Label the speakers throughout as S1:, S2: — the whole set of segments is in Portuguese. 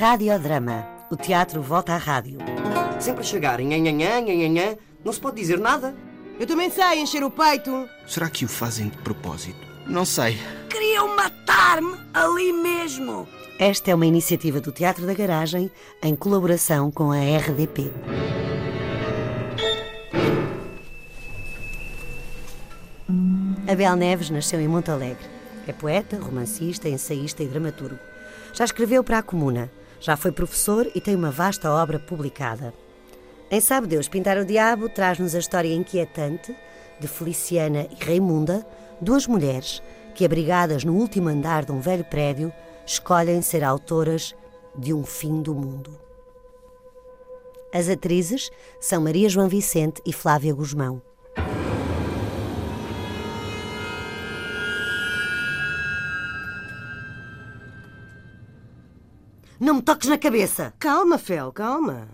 S1: Radiodrama. O teatro volta à rádio.
S2: Sempre a chegar, nhanhanhã, nhanhanhã, não se pode dizer nada.
S3: Eu também sei encher o peito.
S4: Será que o fazem de propósito? Não sei.
S5: Queriam matar-me ali mesmo.
S1: Esta é uma iniciativa do Teatro da Garagem em colaboração com a RDP. Abel Neves nasceu em Monte Alegre. É poeta, romancista, ensaísta e dramaturgo. Já escreveu para a Comuna, já foi professor e tem uma vasta obra publicada. Em Sabe Deus Pintar o Diabo traz-nos a história inquietante de Feliciana e Raimunda, duas mulheres que, abrigadas no último andar de um velho prédio, escolhem ser autoras de um fim do mundo. As atrizes são Maria João Vicente e Flávia Guzmão. Não me toques na cabeça!
S3: Calma, Fel, calma.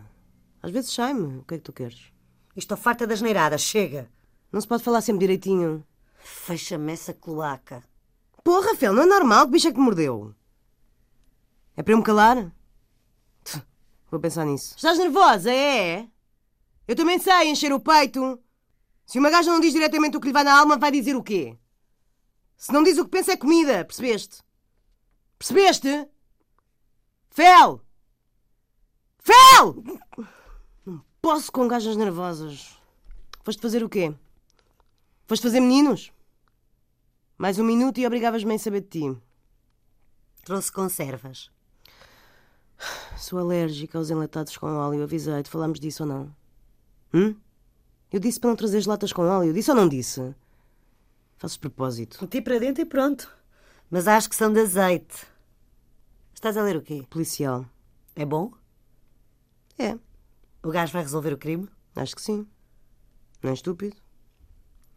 S3: Às vezes sai-me. O que é que tu queres?
S1: Estou farta das neiradas, chega!
S3: Não se pode falar sempre direitinho.
S1: Fecha-me essa cloaca.
S3: Porra, Fel, não é normal. Que bicho é que te mordeu? É para eu me calar? Tch, Vou pensar nisso. Estás nervosa, é? Eu também sei encher o peito. Se uma gaja não diz diretamente o que lhe vai na alma, vai dizer o quê? Se não diz o que pensa, é comida. Percebeste? Percebeste? Fel! Fel! Não posso com gajas nervosas. Foste fazer o quê? Foste fazer meninos? Mais um minuto e obrigavas-me a saber de ti.
S1: Trouxe conservas.
S3: Sou alérgica aos enlatados com óleo. Avisei-te. Falámos disso ou não? Hum? Eu disse para não trazeres latas com óleo. Disse ou não disse? Fazes propósito.
S1: Meti para dentro e pronto. Mas acho que são de azeite. Estás a ler o quê?
S3: Policial.
S1: É bom?
S3: É.
S1: O gajo vai resolver o crime?
S3: Acho que sim. Não é estúpido.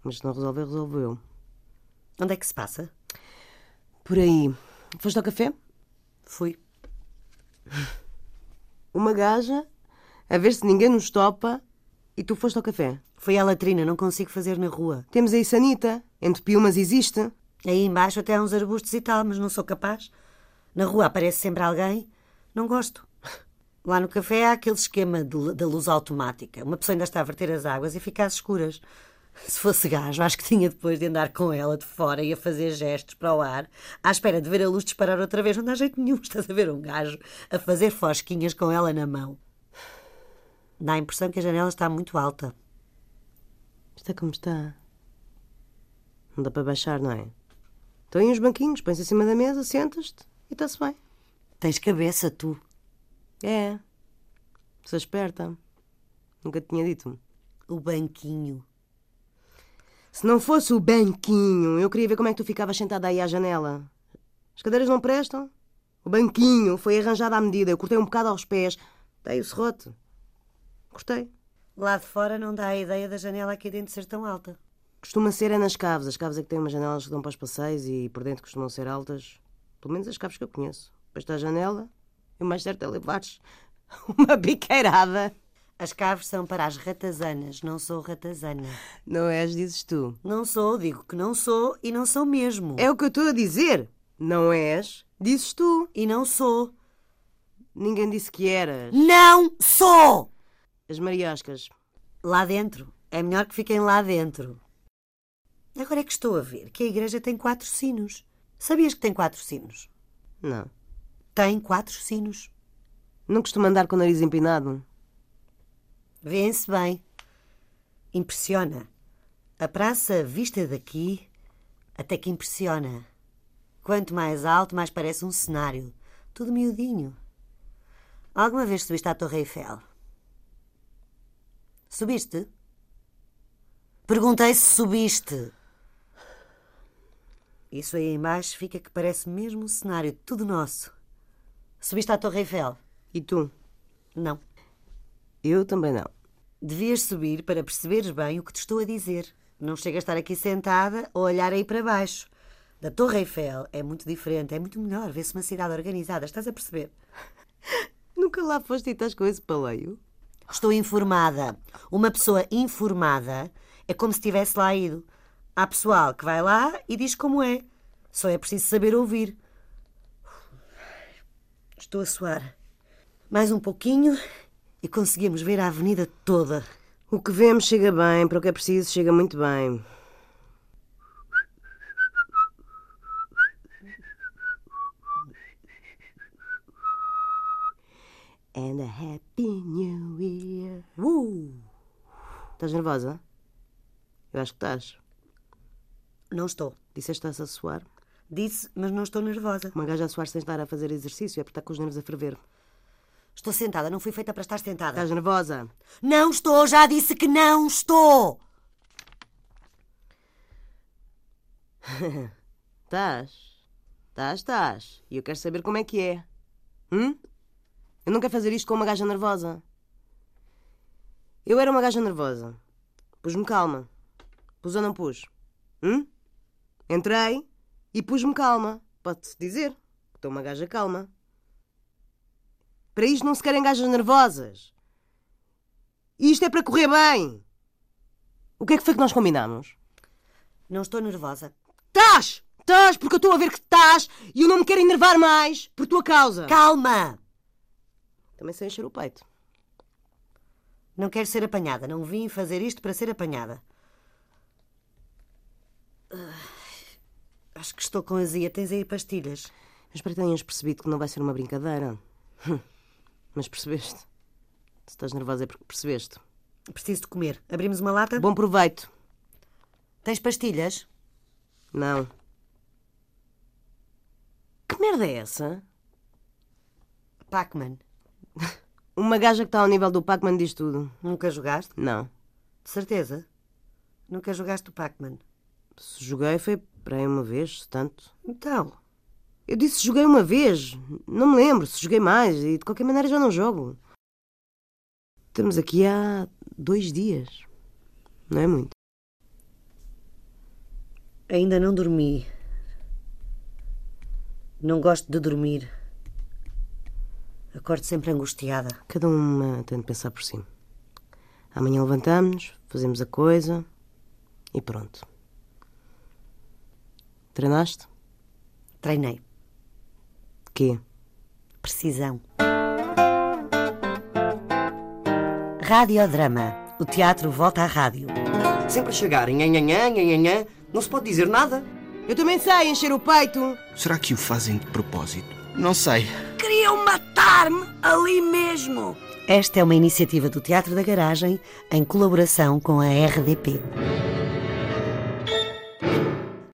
S3: Mas se não resolver, resolvo eu.
S1: Onde é que se passa?
S3: Por aí. Foste ao café?
S1: Fui.
S3: Uma gaja a ver se ninguém nos topa e tu foste ao café.
S1: Fui à latrina, não consigo fazer na rua.
S3: Temos aí Sanita. Entre piumas existe.
S1: Aí embaixo até há uns arbustos e tal, mas não sou capaz. Na rua aparece sempre alguém. Não gosto. Lá no café há aquele esquema de- da luz automática. Uma pessoa ainda está a verter as águas e fica às escuras. Se fosse gajo, acho que tinha depois de andar com ela de fora e a fazer gestos para o ar, à espera de ver a luz disparar outra vez. Não dá jeito nenhum. Estás a ver um gajo a fazer fosquinhas com ela na mão. Dá a impressão que a janela está muito alta.
S3: Está é como está. Não dá para baixar, não é? Estão aí uns banquinhos, pões em cima da mesa, sentas-te e está-se bem.
S1: Tens cabeça, tu.
S3: É. Sou esperta. Nunca te tinha dito.
S1: O banquinho.
S3: Se não fosse o banquinho, eu queria ver como é que tu ficavas sentada aí à janela. As cadeiras não prestam? O banquinho foi arranjado à medida. Eu cortei um bocado aos pés. Dei o serrote. Cortei.
S1: Lá de fora não dá a ideia da janela aqui dentro ser tão alta.
S3: Costuma ser é nas caves. As caves é que têm umas janelas que dão para os passeios e por dentro costumam ser altas. Pelo menos as caves que eu conheço. Depois está a janela e o mais certo é levares uma biqueirada.
S1: As caves são para as ratazanas, não sou ratazana.
S3: Não és, dizes tu.
S1: Não sou, digo que não sou e não sou mesmo.
S3: É o que eu estou a dizer. Não és, dizes tu.
S1: E não sou.
S3: Ninguém disse que eras.
S1: Não sou!
S3: As marioscas.
S1: Lá dentro. É melhor que fiquem lá dentro. Agora é que estou a ver que a igreja tem quatro sinos. Sabias que tem quatro sinos?
S3: Não.
S1: Tem quatro sinos.
S3: Não costuma andar com o nariz empinado.
S1: Vêem-se bem. Impressiona. A praça vista daqui até que impressiona. Quanto mais alto, mais parece um cenário. Tudo miudinho. Alguma vez subiste à Torre Eiffel? Subiste? Perguntei se subiste. Isso aí em baixo fica que parece mesmo um cenário tudo nosso. Subiste à Torre Eiffel?
S3: E tu?
S1: Não.
S3: Eu também não.
S1: Devias subir para perceberes bem o que te estou a dizer. Não chega a estar aqui sentada ou a olhar aí para baixo. Da Torre Eiffel é muito diferente, é muito melhor ver-se uma cidade organizada, estás a perceber?
S3: Nunca lá foste e estás com esse paleio?
S1: Estou informada. Uma pessoa informada é como se tivesse lá ido. Há pessoal que vai lá e diz como é. Só é preciso saber ouvir. Estou a suar. Mais um pouquinho e conseguimos ver a avenida toda.
S3: O que vemos chega bem, para o que é preciso chega muito bem. And a happy new year. Uh! Estás nervosa? Eu acho que estás.
S1: Não estou.
S3: Disseste estás a suar?
S1: Disse, mas não estou nervosa.
S3: Uma gaja a suar sem estar a fazer exercício é porque está com os nervos a ferver.
S1: Estou sentada, não fui feita para estar sentada.
S3: Estás nervosa?
S1: Não estou, já disse que não estou.
S3: Estás. Estás, estás. E eu quero saber como é que é. Hum? Eu não quero fazer isto com uma gaja nervosa. Eu era uma gaja nervosa. Pus-me calma. Pus ou não pus? Hum? Entrei e pus-me calma. Pode-se dizer que estou uma gaja calma. Para isto não se querem gajas nervosas. Isto é para correr bem. O que é que foi que nós combinámos?
S1: Não estou nervosa.
S3: Estás! Estás, porque eu estou a ver que estás e eu não me quero enervar mais por tua causa.
S1: Calma!
S3: Também sei encher o peito.
S1: Não quero ser apanhada. Não vim fazer isto para ser apanhada. Ah, Acho que estou com azia. Tens aí pastilhas.
S3: Mas para que tenhas percebido que não vai ser uma brincadeira. Hum. Mas percebeste. Se estás nervosa é porque percebeste.
S1: Preciso de comer. Abrimos uma lata?
S3: Bom proveito.
S1: Tens pastilhas?
S3: Não. Que merda é essa?
S1: Pac-Man.
S3: Uma gaja que está ao nível do Pac-Man diz tudo.
S1: Nunca jogaste?
S3: Não.
S1: De certeza. Nunca jogaste o Pac-Man.
S3: Se joguei foi para aí uma vez, se tanto.
S1: Então,
S3: Eu disse joguei uma vez. Não me lembro se joguei mais e de qualquer maneira já não jogo. Estamos aqui há dois dias. Não é muito.
S1: ainda não dormi. Não gosto de dormir. Acordo sempre angustiada.
S3: Cada uma tem de pensar por si. Amanhã levantamos, fazemos a coisa e pronto. Treinaste?
S1: Treinei.
S3: De quê?
S1: Precisão. Radiodrama. O teatro volta à rádio.
S2: Sempre a chegar, nhanhanhã, nhanhanhã, não se pode dizer nada.
S3: Eu também sei encher o peito.
S4: Será que o fazem de propósito? Não sei.
S5: Queriam matar-me ali mesmo.
S1: Esta é uma iniciativa do Teatro da Garagem em colaboração com a RDP.